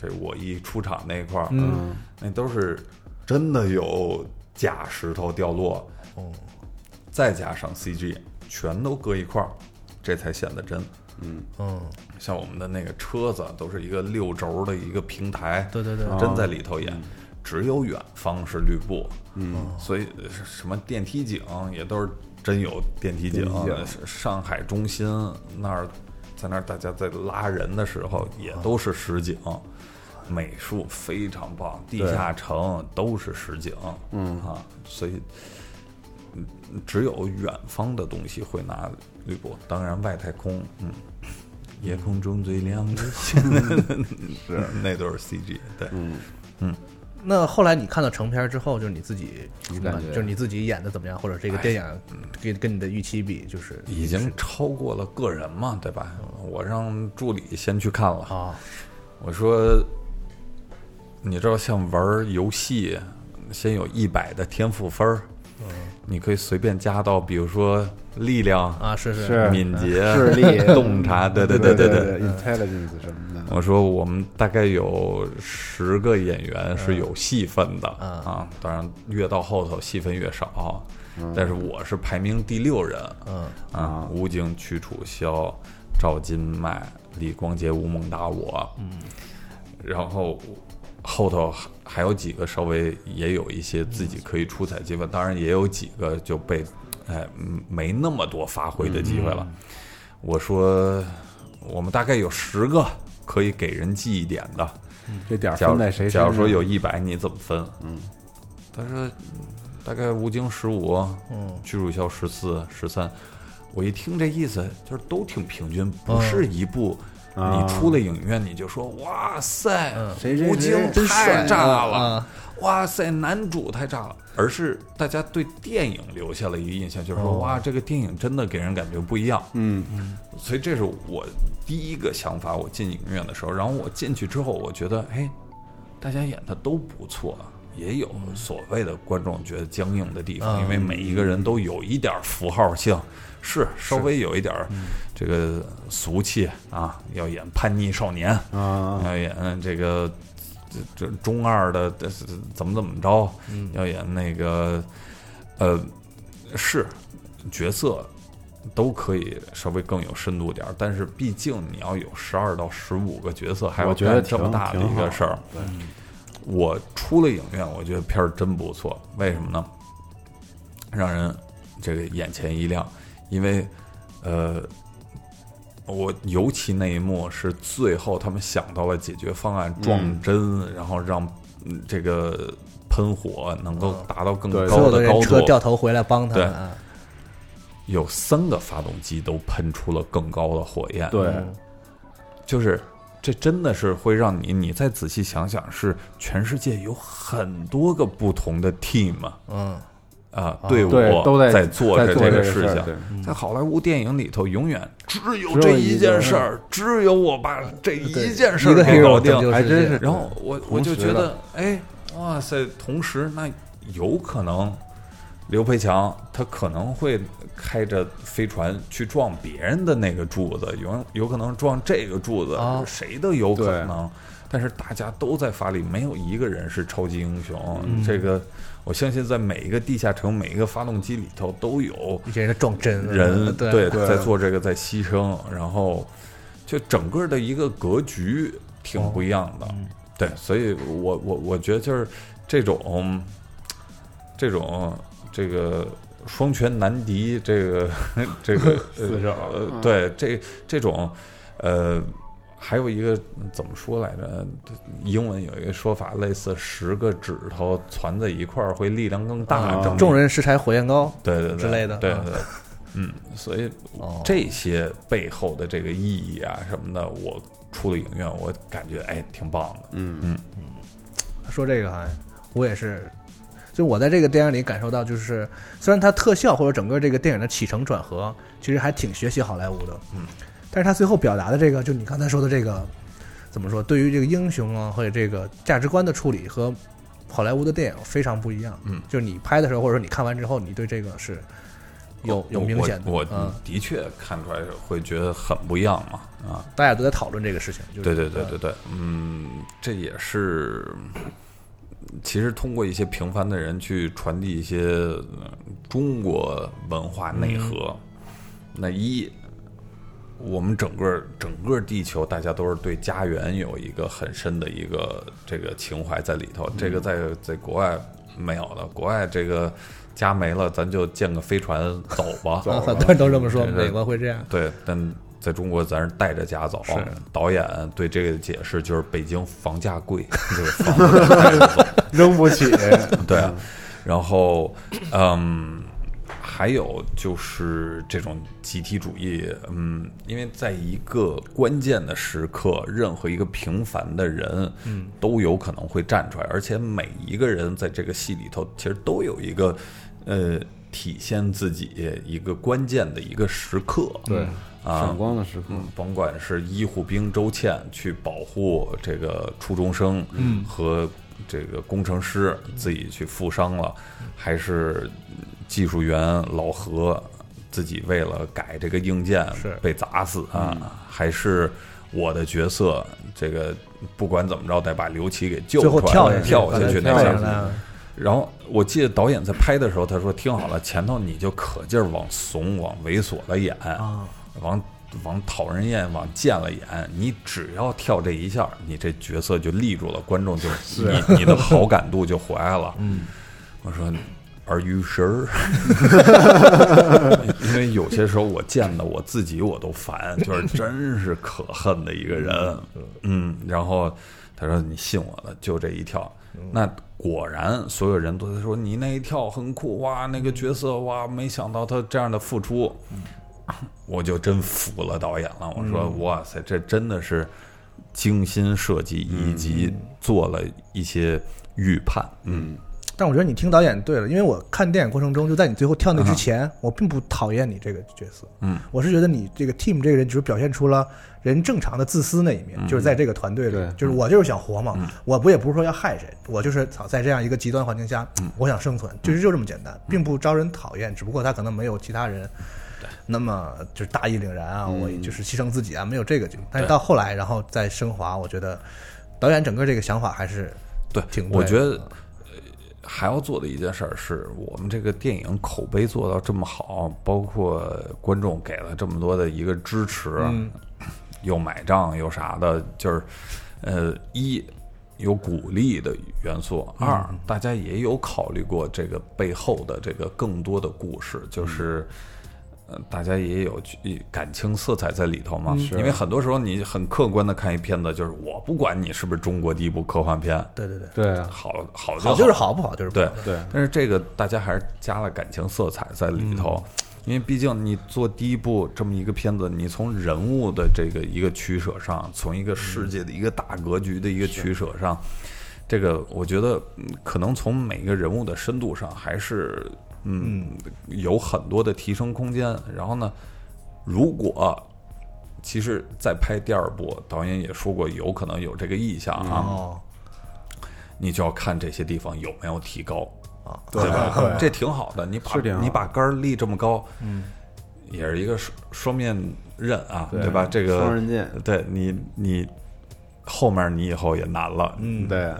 这我一出场那块儿，嗯，那都是真的有假石头掉落，哦，再加上 CG，全都搁一块儿，这才显得真。
嗯，
像我们的那个车子都是一个六轴的一个平台，
对对对
真在里头演。只有远方是绿布，哦嗯，所以是什么电梯井也都是真有电梯井。是上海中心那儿，在那儿大家在拉人的时候也都是实景，美术非常棒，地下城都是实景，嗯啊，所以嗯只有远方的东西会拿绿布，当然外太空，嗯。夜空中最亮的星，是那都是 CG，对，
那后来你看到成片之后，就是你自己
你感觉
就是你自己演的怎么样，或者这个电影跟跟你的预期比，就是
已经超过了个人嘛，对吧？我让助理先去看了，
啊，
我说，你知道像玩儿游戏，先有一百的天赋分儿，你可以随便加到，比如说力量
啊是是
是
敏捷、
视力
洞察，对对
对
对
对
对。
，intelligence 什么的，
我说我们大概有十个演员是有戏份的、啊，当然越到后头戏份越少，但是我是排名第六人，
嗯
嗯啊，吴京、屈楚萧、赵今麦、李光洁、吴孟达我，嗯，然后后头还还有几个稍微也有一些自己可以出彩机会，当然也有几个就被哎嗯没那么多发挥的机会了。我说我们大概有十个可以给人记一点的，
这点儿
假如
分在谁身
假
上？
如说有一百，你怎么分？嗯，他说嗯大概吴京十五，嗯，屈楚萧十四、十三。我一听这意思，就是都挺平均，不是
嗯
一部。你出了影院，你就说哇塞，
谁谁
吴京
谁
太
嗯
炸了
啊，
哇塞，男主太炸了，而是大家对电影留下了一个印象，就是说哇，这个电影真的给人感觉不一样。
哦嗯，
所以这是我第一个想法。我进影院的时候，然后我进去之后，我觉得，哎，大家演的都不错，也有所谓的观众觉得僵硬的地方，因为每一个人都有一点符号性，是稍微有一点儿这个俗气啊，要演叛逆少年，
啊，
要演这个这这中二的这这怎么怎么着，
嗯
要演那个呃是角色都可以稍微更有深度点儿，但是毕竟你要有十二到十五个角色，还要
我觉得
干这么
挺
大的
挺
一个
好
事儿。我出了影院，我觉得片儿真不错，为什么呢？让人这个眼前一亮，因为呃，我尤其那一幕是最后他们想到了解决方案，撞针，然后让嗯这个喷火能够达到更
对
所
高
有的
的高
人车
度。
掉头回来帮他
对
们啊，
有三个发动机都喷出了更高的火焰，
对，
就是这真的是会让你，你再仔细想想，是全世界有很多个不同的 team 啊
嗯，
啊队伍
对都在
在做着
在做
这个
这个
事
事儿对
情，在好莱坞电影里头，永远只有
只有
这
一
一
件
件
事
事儿，只有我把这一件事
一
儿
个
给
hero
搞
拯
定
救，
还
世界
真是
然后我我
同
就
时
觉得
的，
哎，哇塞，同时那有可能刘培强他可能会开着飞船去撞别人的那个柱子，有有可能撞这个柱子，
啊
谁都有可
对
能。但是大家都在发力，没有一个人是超级英雄。这个我相信，在每一个地下城、每一个发动机里头都有
一些人撞针了
人
对
对
在做这个在牺牲，然后就整个的一个格局挺不一样
哦
的，对，所以我我我觉得就是这种这种这个双拳难敌这个这
[LAUGHS]
个
四手
呃
嗯
对这这种呃。还有一个怎么说来着？英文有一个说法，类似十个指头攒在一块儿会力量更大。
啊
整
哦众人拾柴火焰高，
对对对
之类的
对
嗯
对对，嗯，所以
哦
这些背后的这个意义啊什么的，我出了影院，我感觉哎挺棒的，
嗯，
说这个好像我也是，就我在这个电影里感受到，就是虽然它特效或者整个这个电影的起承转合，其实还挺学习好莱坞的，嗯，但是它最后表达的这个，就你刚才说的这个，怎么说？对于这个英雄啊，或者这个价值观的处理和好莱坞的电影非常不一样，
嗯，
就是你拍的时候，或者说你看完之后，你对这个是有有
我
明显的，
我
嗯
我，的确看出来会觉得很不一样嘛，啊，
大家都在讨论这个事情，就是
对对对对对，嗯，这也是，其实通过一些平凡的人去传递一些嗯呃中国文化内核。那一，我们整个整个地球，大家都是对家园有一个很深的一个这个情怀在里头。这个在在国外没有的，国外这个家没了，咱就建个飞船 [LAUGHS] 走吧。
啊，很多人都这么说，
这个
美国会这样。
对，但在中国咱是带着家走。导演对这个解释就是北京房价 [LAUGHS] 贵，这个房子带着 [LAUGHS] 走。
扔不起，
对啊，然后嗯，还有就是这种集体主义，嗯，因为在一个关键的时刻，任何一个平凡的人，嗯，都有可能会站出来，而且每一个人在这个戏里头，其实都有一个呃体现自己一个关键的一个时刻，
对，
啊
闪光的时刻，
嗯，甭管是医护兵周倩去保护这个初中生，嗯，和这个工程师自己去负伤了，还是技术员老何自己为了改这个硬件
是
被砸死啊，还是我的角色这个不管怎么着得把刘琦给救
最后
出来，跳
跳下去
下去
把
那
他
下
跳下来
子。然后我记得导演在拍的时候，他说：“听好了，前头你就可劲儿往怂、往猥琐的演，往往讨人厌、往贱了演。你只要跳这一下，你这角色就立住了，观众就你你的好感度就回来了。”嗯，我说：“Are you sure？” [LAUGHS] 因为有些时候我见的我自己我都烦，就是真是可恨的一个人。嗯，然后他说：“你信我的，就这一跳。”那果然，所有人都在说你那一跳很酷哇，那个角色哇，没想到他这样的付出，我就真服了导演了。我说：“哇塞，这真的是精心设计以及做了一些预判。”嗯，
但我觉得你听导演对了，因为我看电影过程中，就在你最后跳那之前，我并不讨厌你这个角色，
嗯，
我是觉得你这个 team 这个人只是表现出了人正常的自私那一面，就是在这个团队里
对，
就是我就是想活嘛，我不也不是说要害谁，我就是操在这样一个极端环境下，我想生存，就是就这么简单，并不招人讨厌，只不过他可能没有其他人。那么就是大义凛然啊，我就是牺牲自己啊，没有这个就。但是到后来，然后再升华，我觉得导演整个这个想法还是
对，
挺对的
我觉得呃还要做的一件事儿是我们这个电影口碑做到这么好，包括观众给了这么多的一个支持，
嗯
又买账又啥的，就是呃一。有鼓励的元素。
嗯
二，大家也有考虑过这个背后的这个更多的故事，
嗯
就是，呃，大家也有去感情色彩在里头
嗯
嘛。因为很多时候你很客观的看一片子，就是我不管你是不是中国第一部科幻片，
对对对，
对啊，
好好
好就是好，不好就是不好
对
对
但是这个大家还是加了感情色彩在里头，
嗯
因为毕竟你做第一部这么一个片子，你从人物的这个一个取舍上，从一个世
嗯
界的一个大格局的一个取舍上，这个我觉得嗯可能从每个人物的深度上还是嗯有很多的提升空间。然后呢，如果其实再拍第二部，导演也说过有可能有这个意向啊。
哦，
你就要看这些地方有没有提高
啊，
[LAUGHS] 对吧？这挺好的，你把
是挺好
你把杆儿立这么高，嗯，也是一个双双面刃啊，对吧？这个
双刃剑，
对你你后面你以后也难了，嗯，
对，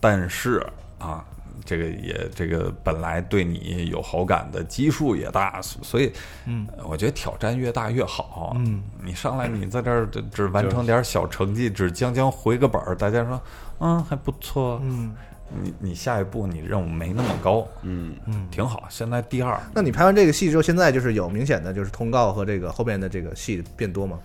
但是啊，这个也这个本来对你有好感的基数也大，所所以，嗯，我觉得挑战越大越好。嗯，你上来你在这儿只只完成点小成绩，只将将回个本儿，大家说，嗯，还不错。嗯，你你下一步你任务没那么高，嗯嗯，挺好。现在第二
那你拍完这个戏之后，现在就是有明显的就是通告和这个后边的这个戏变多吗？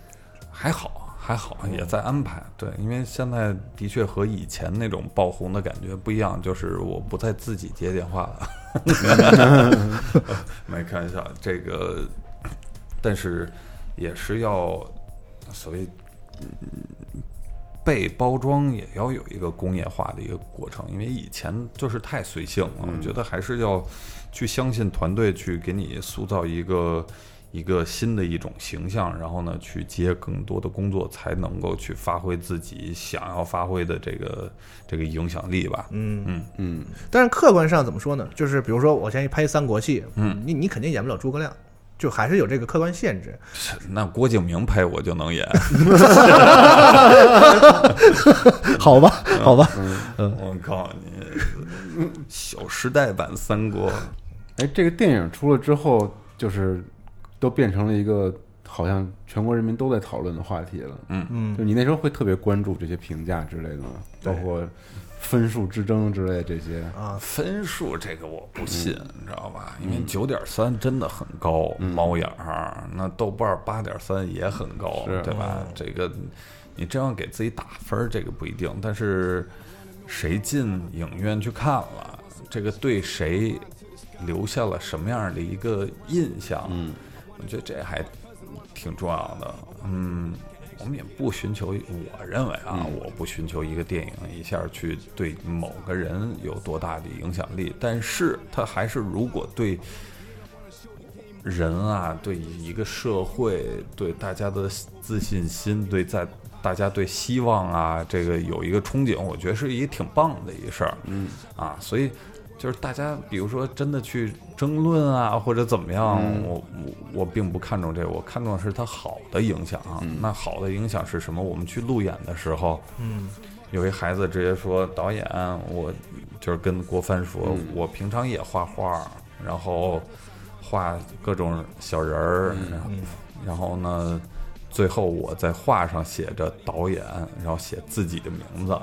还好。还好，也在安排。对，因为现在的确和以前那种爆红的感觉不一样，就是我不再自己接电话了。没开玩笑，这个，但是也是要所谓、嗯被包装，也要有一个工业化的一个过程，因为以前就是太随性了。我觉得还是要去相信团队，去给你塑造一个一个新的一种形象，然后呢，去接更多的工作，才能够去发挥自己想要发挥的这个这个影响力吧。嗯嗯，
嗯，
但是客观上怎么说呢？就是比如说我现在拍三国戏，嗯，你你肯定演不了诸葛亮，就还是有这个客观限制。
[LAUGHS] 那郭敬明拍我就能演。
好吧，好吧，
我靠你！小时代版《三国》
哎，这个电影出了之后，就是都变成了一个好像全国人民都在讨论的话题了。
嗯
就你那时候会特别关注这些评价之类的吗？包括分数之争之类这些。
啊，
分数这个我不信，你知道吧？因为九点三真的很高，猫眼儿那豆瓣八点三也很高，
是
对吧？这个你这样给自己打分儿，这个不一定。但是谁进影院去看了，这个对谁留下了什么样的一个印象？嗯，我觉得这还挺重要的。嗯。我们也不寻求，我认为啊，我不寻求一个电影一下去对某个人有多大的影响力，但是它还是如果对人啊，对一个社会，对大家的自信心，对在大家对希望啊，这个有一个憧憬，我觉得是一挺棒的一事儿。嗯，啊，所以就是大家，比如说真的去争论啊，或者怎么样，我我我并不看重这个，我看重的是它好的影响。啊那好的影响是什么？我们去路演的时候，
嗯，
有一孩子直接说：“导演，我就是跟郭帆说，我平常也画画，然后画各种小人儿，然后然后呢，最后我在画上写着导演，然后写自己的名字，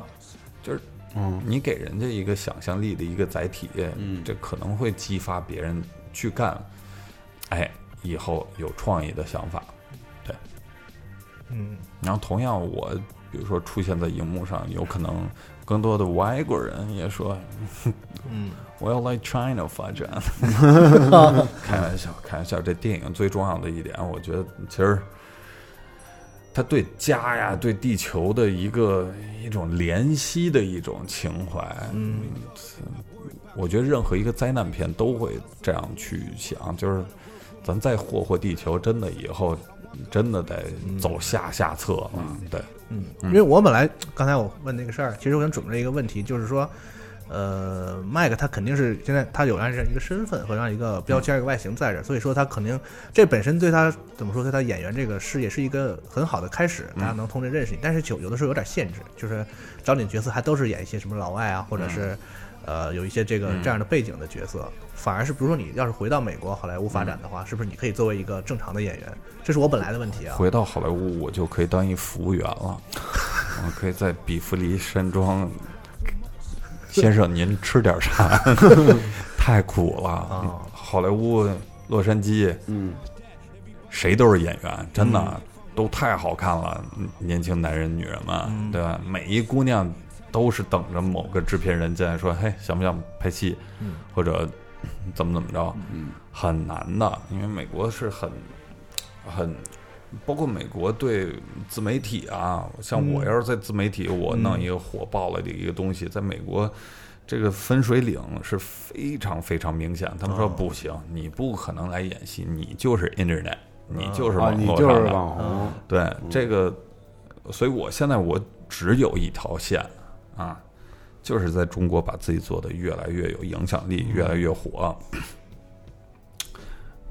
就是
嗯，
你给人家一个想象力的一个载体，
嗯
这可能会激发别人去干，哎，以后有创意的想法。
嗯
然后同样我，比如说出现在荧幕上，有可能更多的外国人也说
嗯，
我要来 China 发展。开玩笑，开玩笑。这电影最重要的一点，我觉得其实它对家呀、对地球的一个一种怜惜的一种情怀。嗯，我觉得任何一个灾难片都会这样去想，就是咱再霍霍地球，真的以后真的得走下下策了。对，
因为我本来刚才我问那个事儿，其实我想准备一个问题，就是说，呃，麦克他肯定是现在他有这样一个身份和这样一个标
嗯
签、一个外形在这儿，所以说他肯定这本身对他怎么说，对他演员这个事业是一个很好的开始，大
嗯
家能通人认识你。但是有有的时候有点限制，就是找你的角色还都是演一些什么老外啊，或
嗯
者是。呃，有一些这个这样的背景的角色，反而是比如说你要是回到美国好莱坞发展
嗯
的话，是不是你可以作为一个正常的演员？这是我本来的问题啊。
回到好莱坞，我就可以当一服务员了，我可以在比弗利山庄，先生您吃点啥？ [LAUGHS] 太苦了，
啊
好莱坞、洛杉矶，
嗯，
谁都是演员，真的、都太好看了，年轻男人、女人们，对吧？每一姑娘都是等着某个制片人进来说，嘿，想不想拍戏，或者怎么怎么着，很难的，因为美国是很很。包括美国对自媒体啊，像我要是在自媒体，我弄一个火爆了的一个东西，在美国，这个分水岭是非常非常明显。他们说不行，你不可能来演戏，你就是 internet，你就是
啊，
网
你
络
就
上
是
的。
网
啊
红，
对这个，所以我现在我只有一条线啊，就是在中国把自己做的越来越有影响力，越来越火。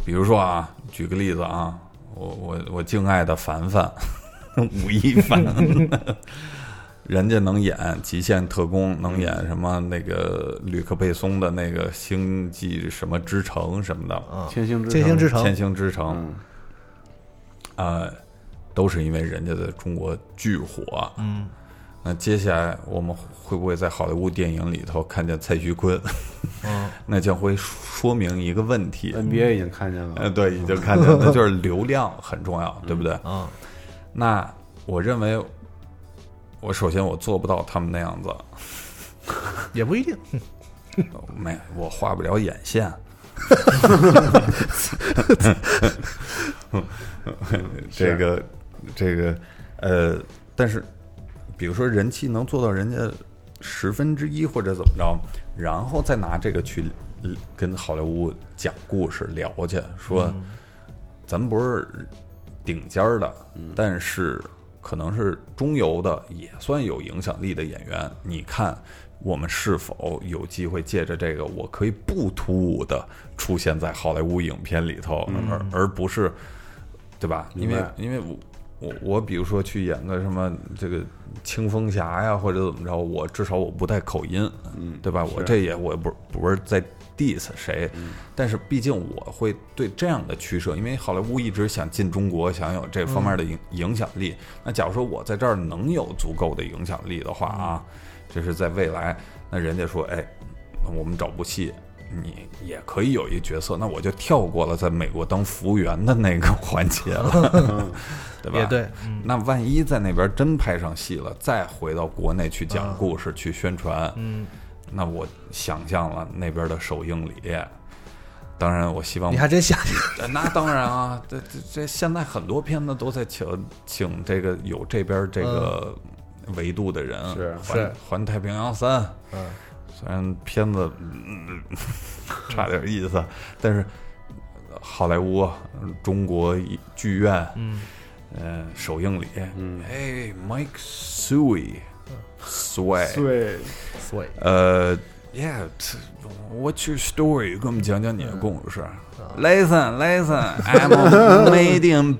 比如说啊，举个例子啊，我我我敬爱的凡凡， [LAUGHS] 吴亦凡，人家能演《极限特工》，能演什么那个吕克贝松的那个《星际什么之城》什么的，
啊，
千星之
千星之城
千，星之城》
嗯
呃，都是因为人家在中国巨火。
嗯，
那接下来我们会不会在好莱坞电影里头看见蔡徐坤？ [LAUGHS]
嗯，
那将会说明一个问题。
，NBA 已经看见
呃，
了，
对，已经看见了，那就是流量很重要，对不对？
嗯，
那我认为，我首先我做不到他们那样子，
[LAUGHS] 也不一定。
没，我画不了眼线。 [LAUGHS] 这个，这个，呃，但是，比如说人气能做到人家十分之一或者怎么着，然后再拿这个去呃跟好莱坞讲故事聊去，说、咱不是顶尖儿的，
嗯
但是可能是中游的，也算有影响力的演员。你看，我们是否有机会借着这个，我可以不突兀的出现在好莱坞影片里头，而而不是，对吧？因
嗯
为
明白
因为我。我我比如说去演个什么这个清风侠呀，或者怎么着，我至少我不带口音，嗯，对吧？我这也我不不是在 diss 谁，但是毕竟我会对这样的取舍，因为好莱坞一直想进中国，想有这方面的影影响力。那假如说我在这儿能有足够的影响力的话啊，这是在未来，那人家说，哎，我们找部戏。你也可以有一角色，那我就跳过了在美国当服务员的那个环节 [LAUGHS] 了，对吧？
也对，嗯
那万一在那边真拍上戏了，再回到国内去讲故事、去宣传，
嗯，
那我想象了那边的首映礼。当然，我希望
你还真想，
呃那当然啊，这这这现在很多片子都在请请这个有这边这个维度的人，
是
嗯
环
是
环太平洋三》，
嗯，
虽然片
[LAUGHS]
子、嗯、差点意思，但是好莱坞、啊中国剧院，
嗯，
呃，首映礼，嗯，哎，Mike Sui，Sway，
对，
所以
呃，Yeah，What's your story？给我们讲讲
嗯
你的故事。Listen, listen, I'm made in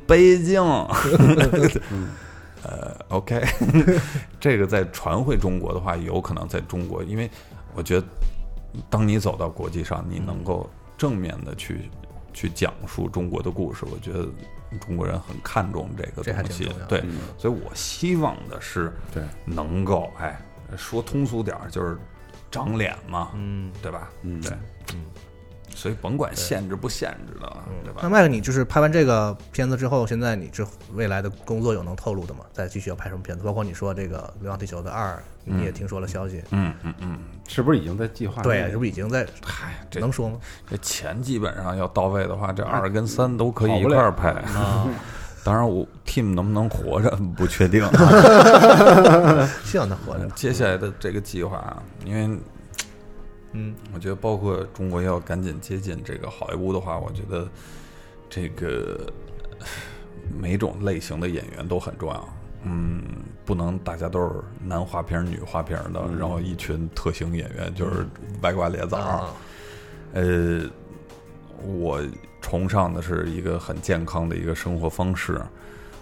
Beijing 。 [LAUGHS]
嗯
呃，OK，这个在传回中国的话，有可能在中国，因为我觉得，当你走到国际上，你
嗯
能够正面的去去讲述中国的故事，我觉得中国人很看重这
这
个
还
东
挺
西
重要。嗯
对，所以我希望的是，
对，
能够哎，说通俗点儿就是长脸嘛，
嗯，
对吧？
嗯
对，所以甭管限制不限制的了，
那
对吧？
麦克，你就是拍完这个片子之后，现在你这未来的工作有能透露的吗？再继续要拍什么片子？包括你说这个《流浪地球》的二，你也听说了消息，
嗯嗯嗯，
是不是已经在计划？
对，啊是，不是已经在
嗨，哎这
能说吗？ [LAUGHS]
这钱基本上要到位的话，这二跟三都可以
嗯跑
一
不
块
了嗯
儿拍。当然，我 team 能不能活着不确定。啊
希望他活着。
接下来的这个计划啊，因为，
嗯，
我觉得包括中国要赶紧接近这个好莱坞的话，我觉得这个呃每种类型的演员都很重要。嗯，不能大家都是男花瓶、女花瓶的，然后一群特型演员就是歪瓜裂枣。
啊，
呃，我崇尚的是一个很健康的一个生活方式。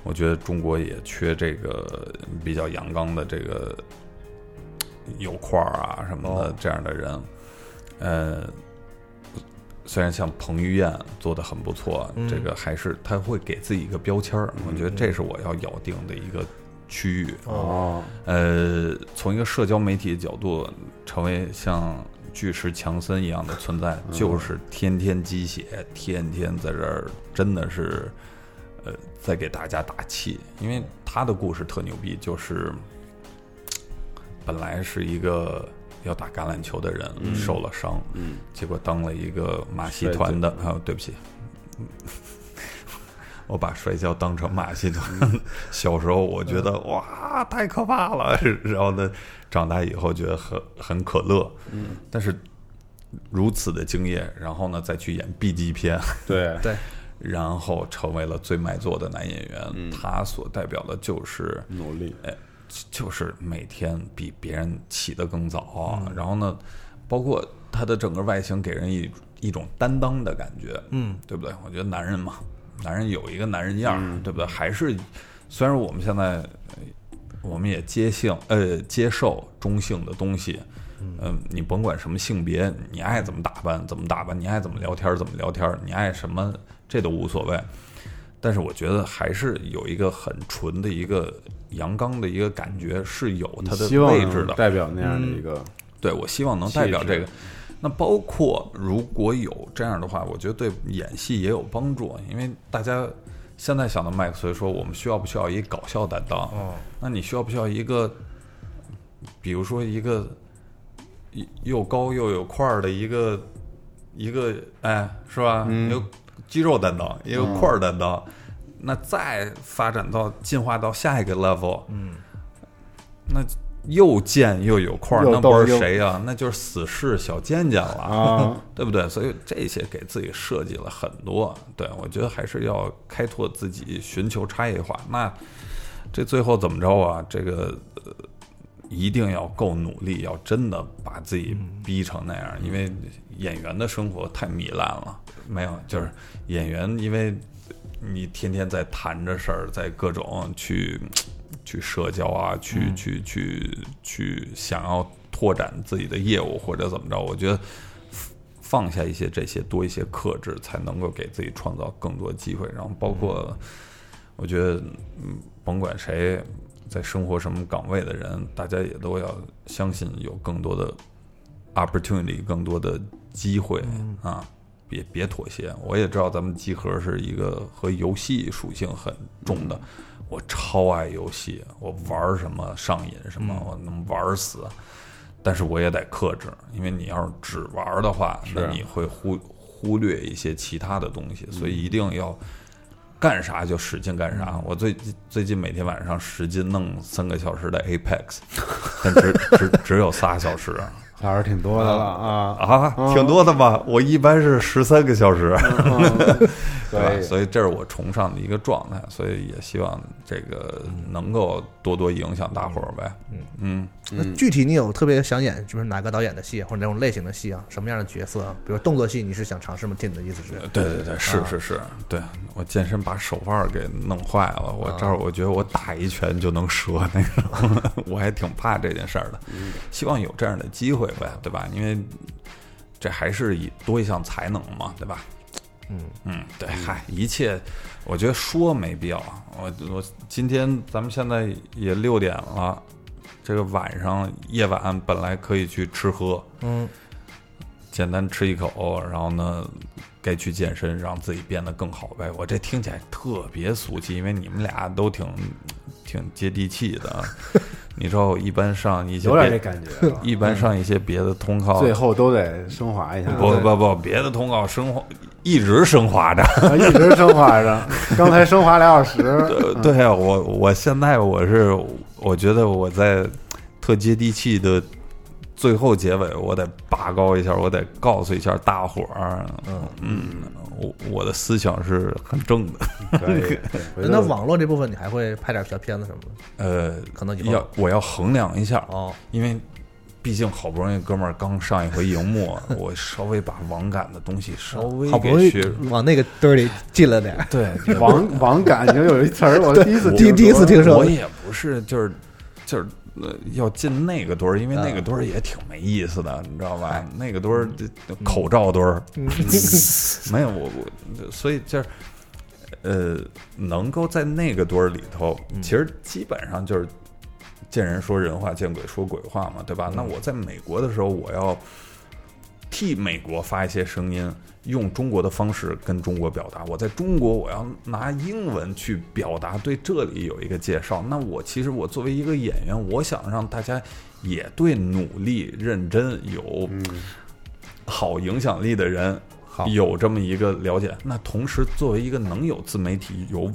我觉得中国也缺这个比较阳刚的这个油块儿啊什么的这样的人。呃，虽然像彭于晏做的很不错，这个还是他会给自己一个标签儿。我觉得这是我要咬定的一个区域。
哦，
呃，从一个社交媒体角度，成为像巨石强森一样的存在，就是天天鸡血，天天在这儿，真的是，呃，在给大家打气。因为他的故事特牛逼，就是本来是一个要打橄榄球的人、受了伤，
嗯，
结果当了一个马戏团的啊，对不起， [LAUGHS] 我把摔跤当成马戏团。 [LAUGHS] 小时候我觉得哇太可怕了，然后呢，长大以后觉得很很可乐，嗯，但是如此的敬业，然后呢再去演 B 级片， [LAUGHS]
对，
对，
然后成为了最卖座的男演员，他所代表的就是
努力，
哎，就是每天比别人起得更早，啊然后呢，包括他的整个外形给人一一种担当的感觉，
嗯，
对不对？我觉得男人嘛，男人有一个男人样儿，对不对？还是虽然我们现在呃我们也接性呃接受中性的东西。嗯，你甭管什么性别，你爱怎么打扮怎么打扮，你爱怎么聊天儿怎么聊天儿，你爱什么这都无所谓。但是我觉得还是有一个很纯的一个阳刚的一个感觉，是有它的
希望
位置
能
的。
代表那样的一个，
对，我希望能代表这
气
个
质。
那包括如果有这样的话，我觉得对演戏也有帮助，因为大家现在想到麦克所以说我们需要不需要一搞笑担当？
哦，
那你需要不需要一个，比如说一个一又高又有块儿的一个一个，哎，是吧？
嗯
一个肌肉担当，一个块儿担当。那再发展到进化到下一个 level，嗯，那又贱又有块儿，
又
那
逗
不是
又
谁呀、那就是死侍小贱贱
嗯
了
啊，
对不对？所以这些给自己设计了很多，对我觉得还是要开拓自己，寻求差异化。那这最后怎么着啊？这个、呃、一定要够努力，要真的把自己逼成那样，因为演员的生活太糜烂了。没有，就是演员，因为你天天在谈着事儿，在各种去去社交啊，去、去去去想要拓展自己的业务或者怎么着，我觉得。放下一些这些，多一些克制，才能够给自己创造更多机会。然后包括，我觉得，嗯，甭管谁在生活什么岗位的人，大家也都要相信有更多的 opportunity，更多的机会啊。别别妥协！我也知道咱们集合是一个和游戏属性很重的，我超爱游戏，我玩儿什么上瘾什么，我能玩儿死。但是我也得克制，因为你要是只玩儿的话，那你会忽忽略一些其他的东西，所以一定要干啥就使劲干啥。我最最近每天晚上使劲弄三个小时的 Apex，但只只只有仨小时啊。
还是挺多的了啊，
啊，挺多的吧？我一般是十三个小时， [LAUGHS] 对吧？
以
所以 [LAUGHS] 这是我崇尚的一个状态，所以也希望这个能够多多影响大伙儿呗。嗯
那具体你有特别想演，就是哪个导演的戏啊，或者哪种类型的戏啊？什么样的角色啊？比如动作戏，你是想尝试吗？听你的意思是？
对对对，是是是，对我健身把手腕儿给弄坏了，我这儿我觉得我打一拳就能折那种， [LAUGHS] 我还挺怕这件事儿的，希望有这样的机会呗，对吧？因为这还是以多一项才能嘛，对吧？
嗯
嗯，对，嗨，一切我觉得说没必要啊。我我今天咱们现在也六点了，这个晚上夜晚本来可以去吃喝，
嗯，
简单吃一口，然后呢，该去健身，让自己变得更好呗。我这听起来特别俗气，因为你们俩都挺挺接地气
[LAUGHS]
的。啊你知道，我一般上一些
有点这
别，
感觉啊，
一般上一些别的通告，
最后都得升华一下，
哦不不不，别的通告升华一直升华着。
啊一直升华
[LAUGHS]
着，刚才升华俩小时，
呃，对啊，我我现在我是我觉得我在特接地气的最后结尾，我得拔高一下，我得告诉一下大伙儿，嗯我我的思想是很正
[LAUGHS]
的，
可以。回头
那网络这部分你还会拍点小片子什么的？
呃，
可能以后
要我要衡量一下，
哦，
因为毕竟好不容易哥们儿刚上一回荧幕， [LAUGHS] 我稍微把网感的东西稍微
啊好不容
给
易
学，
往那个堆儿里进了点 [LAUGHS] 儿，
对，
网网感就有一词儿，我第一次
第第一次听说
我也不是就是就是呃要进那个堆儿，因为那个堆儿也挺没意思的，
嗯
你知道吧？
哎
那个堆儿这这口罩堆儿， [LAUGHS] 没有我我，所以就是呃，能够在那个堆儿里头，
嗯
其实基本上就是见人说人话，见鬼说鬼话嘛，对吧？那我在美国的时候，我要。替美国发一些声音，用中国的方式跟中国表达。我在中国，我要拿英文去表达对这里有一个介绍。那我其实我作为一个演员，我想让大家也对努力、认真、有好影响力的人
好
有这么一个了解。那同时，作为一个能有自媒体、有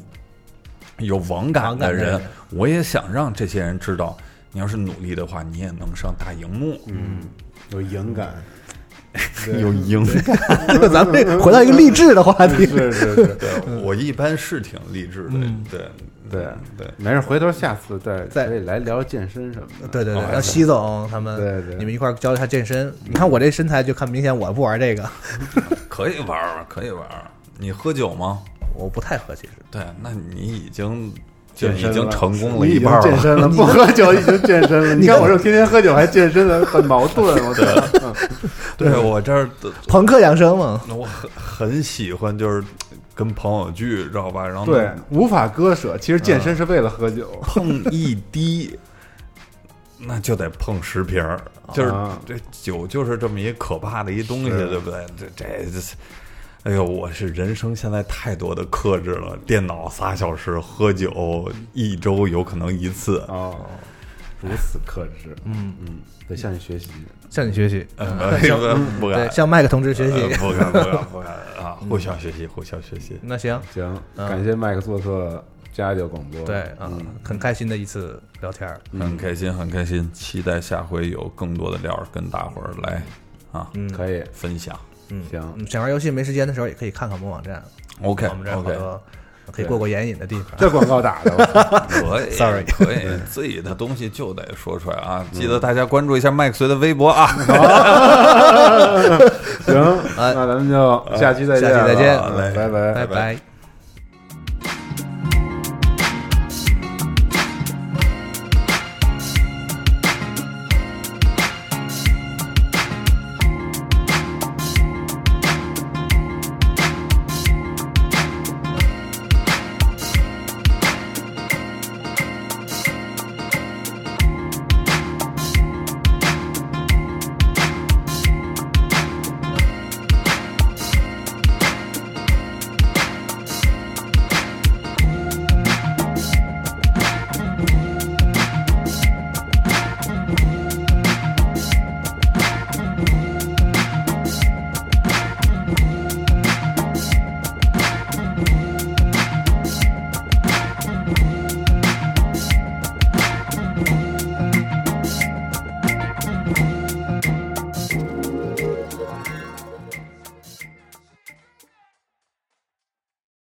有网感
网感
的
的
人
人，
我也想让这些人知道，你要是努力的话，你也能上大荧幕。
[LAUGHS] 嗯，有影感，
[LAUGHS]
有影响。 [LAUGHS]
咱们这回到一个励志的话题。
是是是，
对，我一般是挺励志的，
嗯
对
对
对，
没事，回头下次再
再
可以来聊健身什么的。
[LAUGHS] 对对对，
哦
让习总他们，
对对
你们一块儿教一下健身。你看我这身材，就看明显我不玩这个，
可以玩儿，可以玩儿。你喝酒吗？
[LAUGHS] 我不太喝，其实。
对，那你已经就
健
已
身
经
了
成功
你
一
已经
半
健
了。
身了，不喝酒已经健身
[LAUGHS]
了。你看我这天天喝酒还健身的，很矛盾。我觉得，嗯
对我这儿的，
朋克养生嘛，
我很很喜欢，就是跟朋友聚，知道吧？然后
对，无法割舍。
嗯
其实健身是为了喝酒，
碰一滴， [LAUGHS] 那就得碰十瓶儿，就是
啊
这酒就是这么一可怕的一东西，
是
对不对？这这这。哎呦，我是人生现在太多的克制了，电脑仨小时，喝酒一周有可能一次，
啊
哦，如此克制。嗯嗯，得向你学习。
向你学习。
[LAUGHS] 呃不不
嗯对，
敢，
向麦克同志学
呃
习。嗯
不敢，不敢，不敢啊！互相学习，互相学习。
那行，
行，感谢麦克做客家酒广播。
嗯对，啊，很开心的一次聊天儿。
很开心，很开心，期待下回有更多的料儿跟大伙儿来啊
可以，
分享。
行，
嗯想玩游戏没时间的时候，也可以看看我们网站，
OK
我们这儿有好
OK，
多可以过过眼瘾的地方。
这广告打的，我操
[LAUGHS]
可以
Sorry
可以，自己的东西就得说出来啊！记得大家关注一下麦克随的微博啊！
行，那咱们就下期再见
啊下
了，
期再见
嗯拜拜
拜拜。
嗯